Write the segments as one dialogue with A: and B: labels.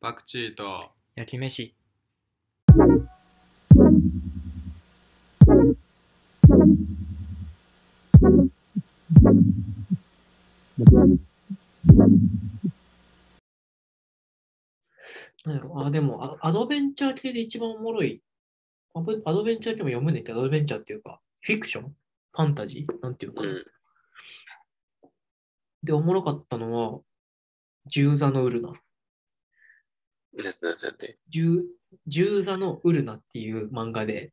A: パクチーと
B: 焼き飯
C: なんやろあ、でもア、アドベンチャー系で一番おもろい。アドアドベンチャー系も読むねんけど、アドベンチャーっていうか、フィクションファンタジーなんていうか。
A: うん
C: で、おもろかったのは、ジューザのウルナ。
A: なんてなんてなんて
C: ジュジューザのウルナっていう漫画で、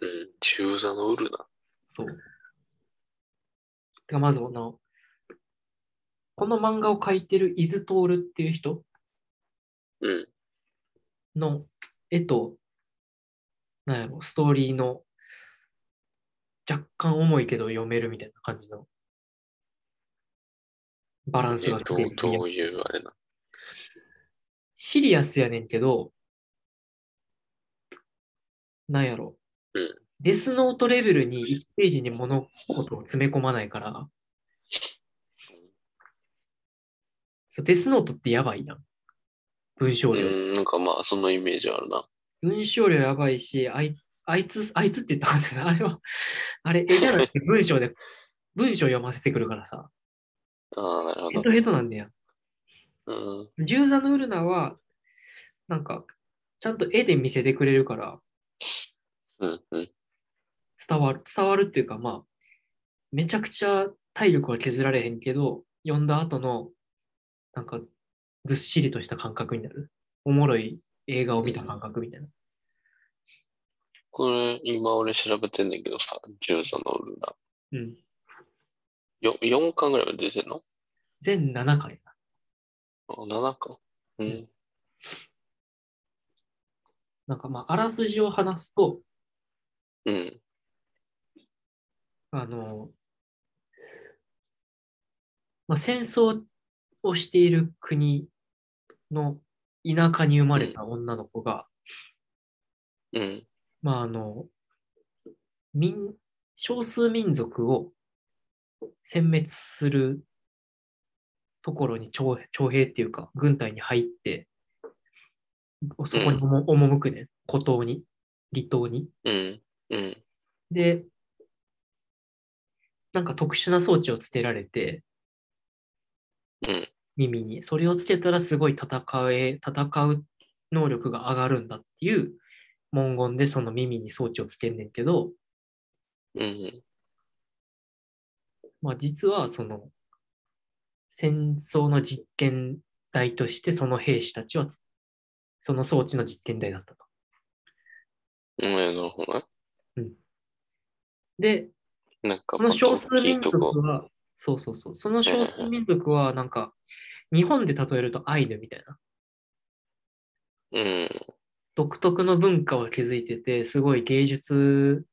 A: うん中座のウルナ
C: そう。てか、まずこの、この漫画を描いてるイズトールっていう人
A: うん
C: の絵と、なんやろ、ストーリーの若干重いけど読めるみたいな感じのバランス
A: え
C: が
A: ど
C: 取れ
A: う
C: てる
A: どういうあれな
C: シリアスやねんけど、なんやろ、
A: うん
C: デスノートレベルに1ページに物事を詰め込まないから、そうデスノートってやばいやん。文章
A: う
C: 量。
A: んなんかまあそのイメージあるな
C: 文章量やばいし、あいつ、あいつ、あいつって言ったんだなあれは、あれ、絵じゃなくて文章で、文章読ませてくるからさ、
A: ああなるほ
C: ヘ
A: ど
C: トヘトなんだよ。
A: うん
C: ジューザのウルナは、なんか、ちゃんと絵で見せてくれるから、
A: うんうん
C: 伝わる、伝わるっていうか、まあ、めちゃくちゃ体力は削られへんけど、読んだ後の、なんか、ずっしりとした感覚になる。おもろい映画を見た感覚みたいな。
A: これ今俺調べてんねんけどさ中座のウルナ
C: うん。
A: よ4巻ぐらいまで出てんの
C: 全7回。
A: あ7巻うん
C: なんかまあ、あらすじを話すと、
A: うん
C: あの、まあ、戦争をしている国の田舎に生まれた女の子が、
A: うん
C: まああの、民、少数民族を殲滅するところに徴徴兵っていうか、軍隊に入って、そこにおも赴くねん、孤島に、離島に。
A: うんうん
C: で、なんか特殊な装置をつけられて、
A: うん
C: 耳に。それをつけたらすごい戦え、戦う能力が上がるんだっていう文言でその耳に装置をつけんねんけど、
A: うん
C: まあ実はその戦争の実験台としてその兵士たちはつその装置の実験台だったと。
A: うんなるほどね
C: で、
A: なんか
C: その
A: もっと
C: 少数
A: 大きい
C: 民
A: と
C: 族
A: こ
C: は、そうそうそう、その少数民族はなんか日本で例えるとアイヌみたいな。
A: うん
C: 独特の文化を築いてて、すごい芸術、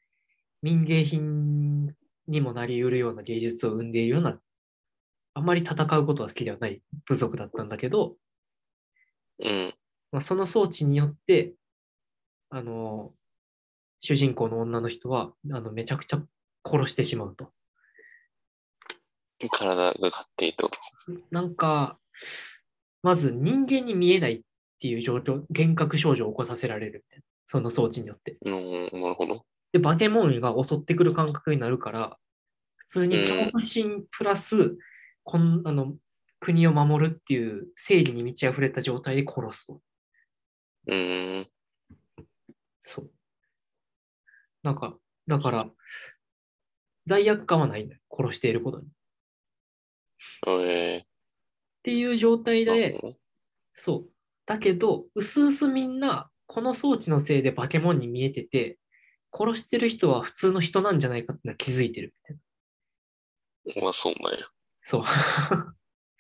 C: 民芸品にもなり得るような芸術を生んでいるような、あまり戦うことは好きではない部族だったんだけど、
A: うん
C: まあ、その装置によって、あの、主人公の女の人は、あの、めちゃくちゃ殺してしまうと。
A: 体が勝手にと
C: なんか、まず人間に見えないっていう状況、幻覚症状を起こさせられるみたいな。その装置によって。
A: うんなるほど
C: で、バケモンが襲ってくる感覚になるから、普通に恐怖心プラス、こんあの国を守るっていう正義に満ち溢れた状態で殺すと。
A: うん
C: そう。なんか、だから、罪悪感はないんだよ。殺していることに。っ
A: え
C: ていう状態
A: ー
C: で、そう。だけど、うすうすみんな、この装置のせいでバケモンに見えてて、殺してる人は普通の人なんじゃないかってのは気づいてるみたいな。
A: まあそうなんや。
C: そう。 っ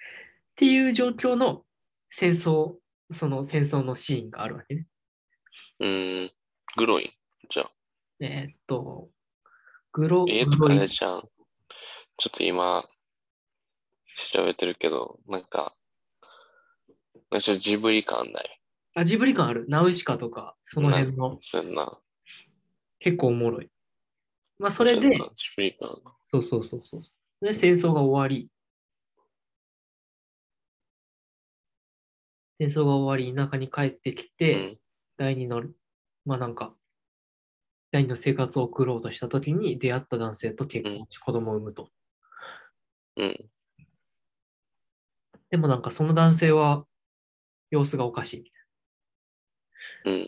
C: ていう状況の戦争、その戦争のシーンがあるわけね。
A: うーん。グロい。じゃあ。
C: えーっと、グロ、
A: え
C: グ
A: ー、あ
C: ロ
A: れ
C: い
A: じゃん。ちょっと今、調べてるけど、なんか、なんかちょっとジブリ感ない。
C: あ、ジブリ感ある。ナウシカとか、その辺の
A: そんな。
C: 結構おもろい。まあ、それ
A: ん
C: で
A: なジ、ブリ感。
C: そうそうそうそう。で、戦争が終わり。戦争が終わり、田舎に帰ってき
A: う
C: て、
A: ん。
C: 第二の、まあなんか、第二の生活を送ろうとしたときに出会った男性と結婚し、子供を産むと。
A: うん。
C: でもなんかその男性は様子がおかしいみたいな。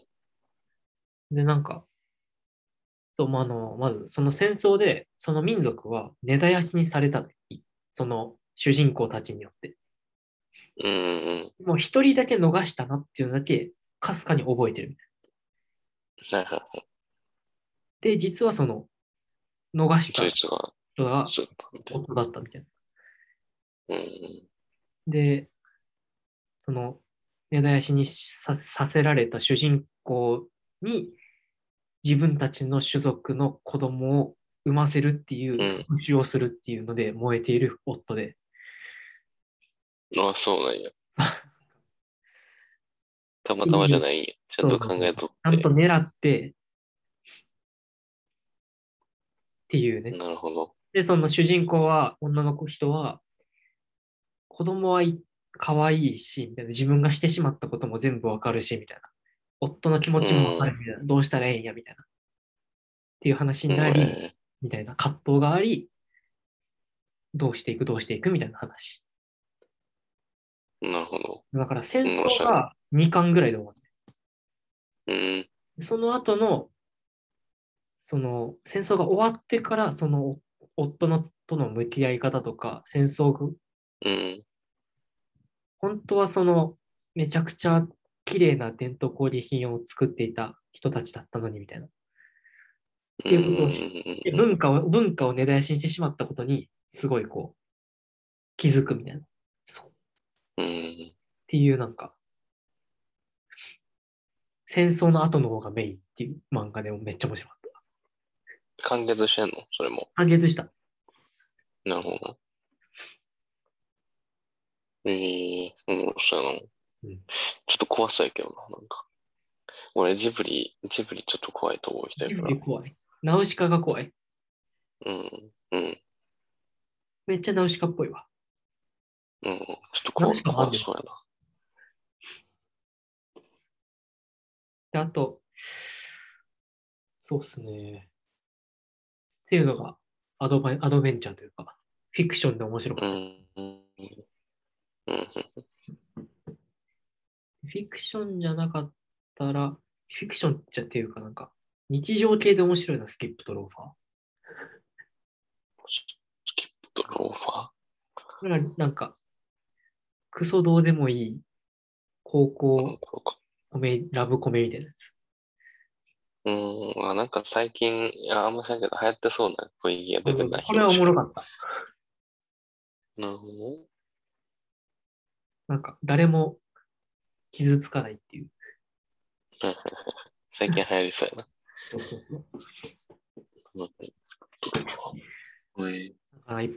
C: で、なんか、そう、まあ、あの、まずその戦争で、その民族は根絶やしにされたのいその主人公たちによって。
A: うん。うん。
C: もう一人だけ逃したなっていうのだけ、かすかに覚えてるみたい
A: はいは
C: で、実はその、逃し
A: い。
C: た
A: そいつが、
C: 人が
A: ちょっとみたいな。
C: 夫だったみたいな。
A: うん。、
C: で、その、根絶やしにささせられた主人公に、自分たちの種族の子供を産ませるっていううん復讐をするっていうので燃えている夫で、
A: ああ、そうなんや。たまたまじゃないんや。ちゃんと考えと
C: ちゃ
A: っ
C: ん
A: て
C: と。狙って、っていうね。
A: なるほど。
C: で、その主人公は、女の子人は、子供はい可愛いし、みたいな自分がしてしまったことも全部わかるし、みたいな。夫の気持ちもわかるみたいな。どうしたらええんや、みたいな。っていう話にな
A: う
C: り、
A: ん
C: みたいな葛藤があり、どうしていく、どうしていく、みたいな話。
A: なるほど。
C: だから戦争が2巻ぐらいで終わっ
A: うん。
C: その後の、その戦争が終わってから、その夫のとの向き合い方とか、戦争が
A: うん。
C: 本当はそのめちゃくちゃ綺麗な伝統工芸品を作っていた人たちだったのにみたいな。
A: う
C: い
A: ん
C: うことですで
A: うん。
C: 文化を文化を根絶やしにしてしまったことにすごいこう気づくみたいな。そうっ
A: うん。
C: ていうなんか戦争の後の方がメインっていう漫画でもめっちゃ面白かっ
A: 完結してんのそれも。
C: た。完結した。
A: なるほど。ええ面白いな。
C: うん
A: ちょっと怖そうやけどな、なんか。俺、ジブリ、ジブリちょっと怖いと思う人
C: ジ
A: や
C: ブ
A: か
C: リ
A: ら。
C: 怖い。ナウシカが怖い。
A: うん、うん、
C: めっちゃナウシカっぽいわ。
A: うん。ちょっと怖
C: ナウシカもあ
A: 怖
C: るよ
A: そうやな。
C: で、あと、そうっすね。っていうのがアドバイアドベンチャーというか、フィクションで面白
A: う
C: かった。
A: ん、うん、うん、
C: フィクションじゃなかったら、フィクションじゃっていうかなんか、日常系で面白いのはスキップとローファー。
A: ドローファー。
C: これはなんか、クソどうでもいい高
A: うん
C: 校
A: こうか
C: コメ、ラブコメみたいなやつ。
A: うん、あなんか最近、いやあんましないけど、流行ってそうな雰囲気が出てない。
C: これはおもろか
A: っ
C: った。
A: た。なるほど。
C: なんか、誰も傷つかないっていう。
A: 最近流行りそうやな。
C: そうそうそう
A: うんうん
C: はい。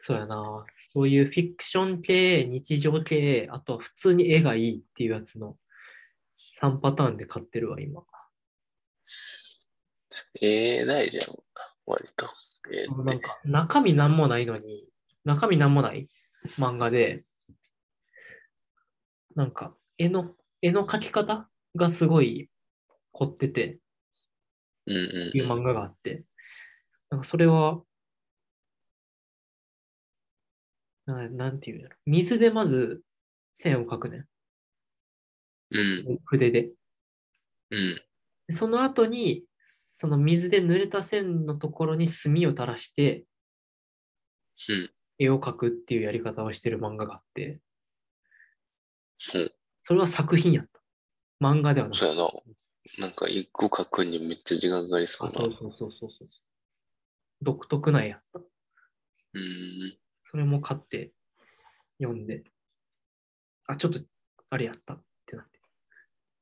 C: そうやな。そういうフィクション系、日常系、あとは普通に絵がいいっていうやつの3パターンで買ってるわ、今。
A: ええ大事やん、割と。ええ
C: そのなんか中身なんもないのに、中身なんもない漫画で、なんか絵の、絵の描き方がすごい凝ってて、
A: うん
C: っていう
A: うん。
C: 漫画があって、なんかそれは、ななんていうんやろ。水でまず線を描くね。
A: うん
C: 筆で。
A: うん。
C: でその後に、その水で濡れた線のところに墨を垂らして
A: うん。
C: 絵を描くっていうやり方をしてる漫画があって、
A: うん。
C: それは作品やった。漫画ではなく
A: そうやな。なんか一個書くにめっちゃ時間かかりそうな。
C: そううそうそうそうそう。独特なんやった。
A: ん。
C: それも買って読んで、あ、ちょっとあれやったってなって、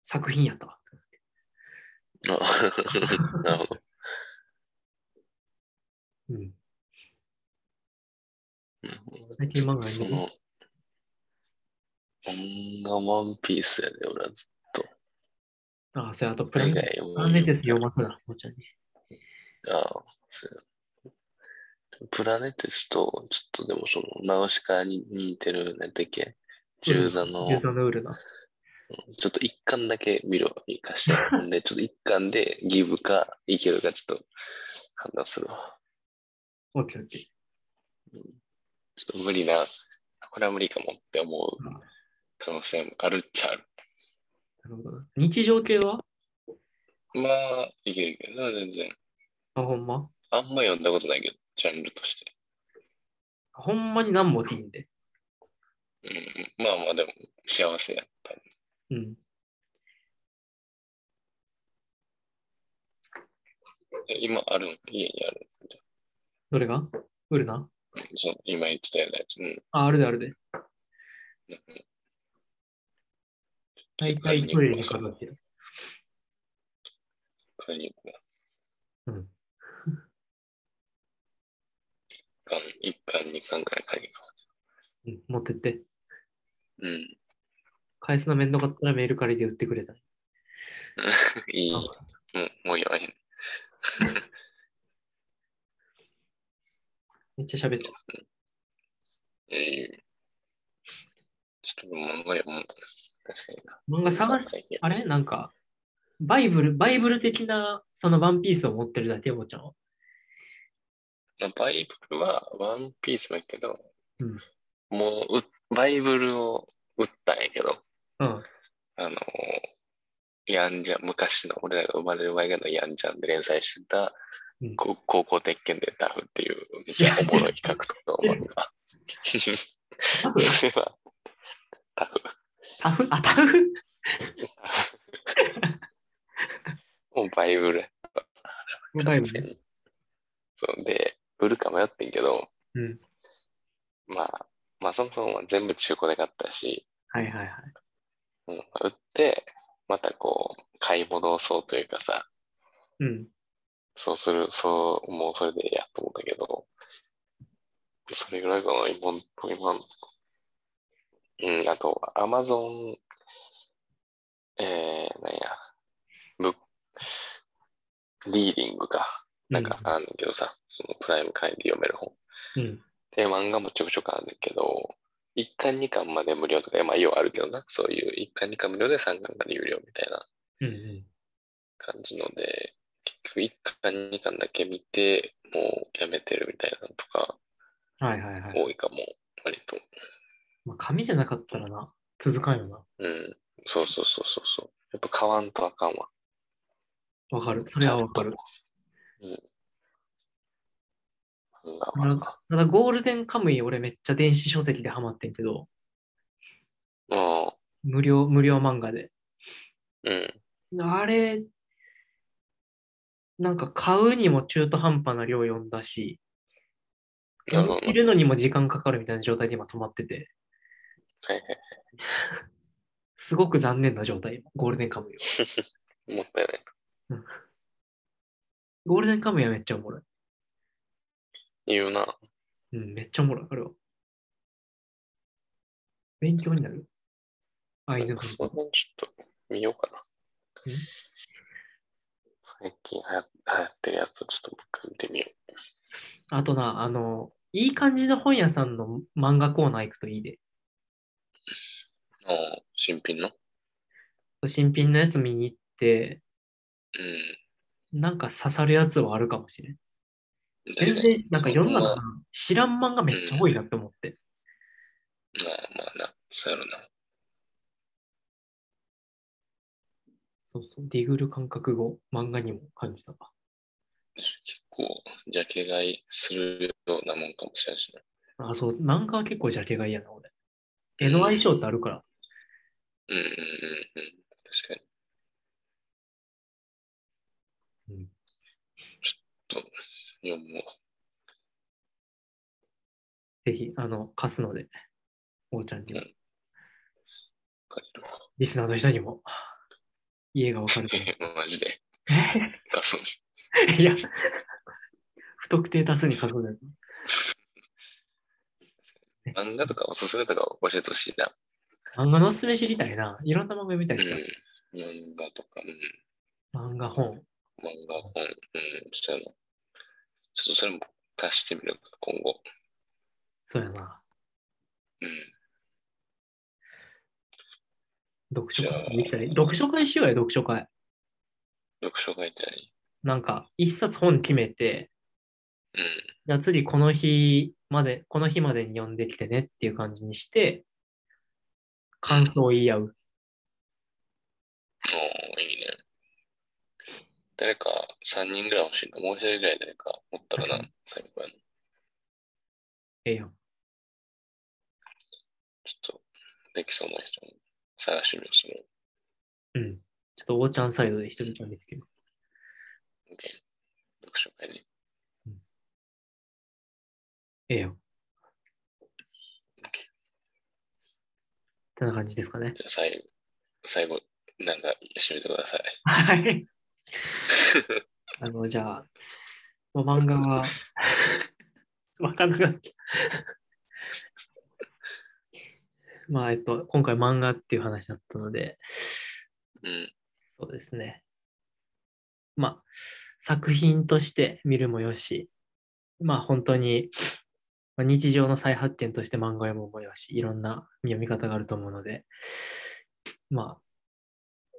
C: 作品やったわってなって。
A: あ なるほど。
C: うん。
A: なるほど
C: 最近漫画
A: そ
C: 読んでる
A: の、漫画ワンピースやで、俺はずっ
C: あ、それあとプ
A: と。
C: ラ
A: 海
C: ネ
A: 外
C: テスプラネテ
A: 読む
C: ス読ますな、もちゃんに。
A: ああ、そうや。プラネテスと、ちょっとでもその、ナウシカに似てるね、だっけ。ジューザの
C: ユーザのウルナ。
A: ちょっと一巻だけビルを生かした いんで、ちょっと一巻でギブかいけるかちょっと判断するわ。
C: オッケーオッケー。
A: ちょっと無理な、これは無理かもって思う可能性もあるっちゃある。
C: なるほどな。日常系は
A: まあ、いけるけど、全然。
C: あ、ほんま
A: あんま読んだことないけど、ジャンルとして。
C: ほんまに何もティーンで。
A: うん、まあまあでも幸せやった。
C: うん。
A: え今あるん家にある、
C: どれがウルナ
A: うんそう。今言ってたようなやつ。うん
C: あ、あるであるで。
A: うん。
C: 大体トイレに飾ってる。
A: 買いに行く
C: う
A: な。
C: ん。
A: 一巻、一巻、二巻くらい買いに行
C: うん、持ってって。
A: く。うん。
C: 返すのめんどかったらメール借りで売ってくれた。
A: いい。
C: あ
A: もう、もう言わへん。
C: めっちゃ喋っちゃっ
A: ええちょっと漫画やもん。確か
C: た。漫
A: にな。
C: 画探し、
A: 最近
C: あれなんか、バイブル、バイブル的な、そのワンピースを持ってるだけ、おもちゃんは。
A: まあバイブルはワンピースもやけど、
C: うん
A: もうう、バイブルを売ったんやけど、
C: うん。
A: あのー、ヤンジャン、昔の俺らが生まれる前ぐらいのヤンジャンで連載してた、
C: うん
A: こ高校鉄拳でダフっていう、めっちゃおもろい格闘の漫画。
C: タフ
A: それは、ダフ。
C: タフあ、タフ
A: もうバイブルやった。
C: バイブル。
A: そうで、売るか迷ってんけど、
C: うん
A: まあ、まあそもそも全部中古で買ったし、
C: はいはいはい。
A: うん売って、またこう、買い戻そうというかさ、
C: うん。
A: そうする、そう、もうそれでやっと思ったけど、それぐらいかな、今んとこ、今んとこ。うん、あと、アマゾン、えー、なんや、ブリーディングか。なんかあんねんけどさ、そのプライム会で読める本。
C: うん。
A: で、漫画もちょくちょくあるんだけど、1巻2巻まで無料とか、まあ、要はあるけどな、そういう1巻2巻無料で3巻まで有料みたいな
C: うん。うん。
A: 感じので、結局1巻2巻だけ見て、もうやめてるみたいなのとか
C: はいはいはい。
A: 多いかも、割と。
C: まあ、紙じゃなかったらな、続かんよな。
A: うん、そうそうそうそうそう。やっぱ買わんとあかんわ。
C: わかる。それはわかる。
A: 漫画
C: な
A: は。
C: ただ、ゴールデンカムイ、俺めっちゃ電子書籍でハマってんけど、
A: うん、
C: 無料、無料漫画で。
A: うん、
C: あれ、なんか買うにも中途半端な量読んだし、
A: なるほど
C: いるのにも時間かかるみたいな状態で今止まってて、
A: はいはい。
C: すごく残念な状態、ゴールデンカムイは。
A: もったいない。
C: ゴールデンカムイはめっちゃおもろい。
A: 言うな。
C: うん、めっちゃおもろい、あれは。勉強になる。アイヌ
A: なん
C: 文
A: かそ
C: 化
A: の辺ちょっと見ようかな。
C: うん
A: 最近はや流行ってるやつちょっと僕見てみよ
C: あとな、あの、いい感じの本屋さんの漫画コーナー行くといいで。
A: う。ああ、新品の
C: 新品のやつ見に行って、
A: う
C: なんか刺さるやつはあるかもしれん。
A: ん。
C: 全
A: ね
C: 然、なんか世の中な知らん漫画めっちゃ多いなって思って。
A: まあまあな、そうやろな。
C: そうそう、ディグル感覚語、漫画にも感じたわ。
A: 結構、ジャケ買いするようなもんかもしれんしな
C: あ、そう、漫画は結構ジャケが嫌な、俺。絵の相性ってあるから。
A: うんうんうんうん。確かに。
C: うん
A: いやも
C: ぜひ、あの、貸すので、おーちゃんにも
A: う、んう、借りる わ
C: リスナーの人にも、家がわかると思
A: マ ジで。 ガス
C: う。いや、不特定多数に貸すので。
A: 漫画とかおすすめとか教えてほしいな。
C: 漫画のおすすめ知りたいな。いろんな漫画見た
A: うん
C: いしな。。
A: 漫画とか、うん。
C: 漫画本。
A: 漫画本、うん、そうやな。ちょっとそれも足してみるか、今後。
C: そうやな。
A: うん。
C: 読書
A: じゃあ
C: 会。行きたい読書会しようや、読書会。
A: 読書会って何
C: なんか、一冊本決めて、
A: うん。
C: じゃあ次この日まで、この日までに読んできてねっていう感じにして、感想を言い合う。
A: おー、いいね。誰か3人ぐらい欲しいな。もう一人ぐらい誰か持ったら
C: 確か
A: な、最後やな。
C: ええよ。
A: ちょっと、できそうな人も探してみよう、それを。
C: うん。ちょっとおーちゃんサイドで一人ちゃんですけど。
A: OK 読書会ね。
C: ええよ。ってな感じですかね。
A: じゃあ最後、最後、なんか、締めてください。
C: はい。あの、じゃあ、まあ漫画は、 わかんなくなった。 まあ、えっと、今回漫画っていう話だったので、
A: うん。
C: そうですね。まあ、作品として見るもよし、まあ、本当に、まあ日常の再発見として漫画読むもよし、いろんな読み方があると思うので、まあ、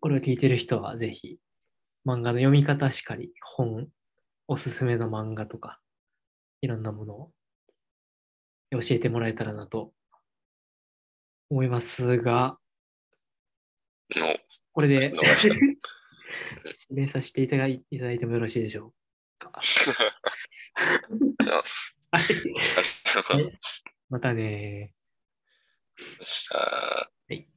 C: これを聞いてる人はぜひ、漫画の読み方しかり、本、おすすめの漫画とか、いろんなものを教えてもらえたらなと思いますが、
A: の、
C: これで
A: 逃した。
C: 連鎖していただいいただいてもよろしいでしょうか。 はい
A: ありがとうございます
C: またねー。
A: でした。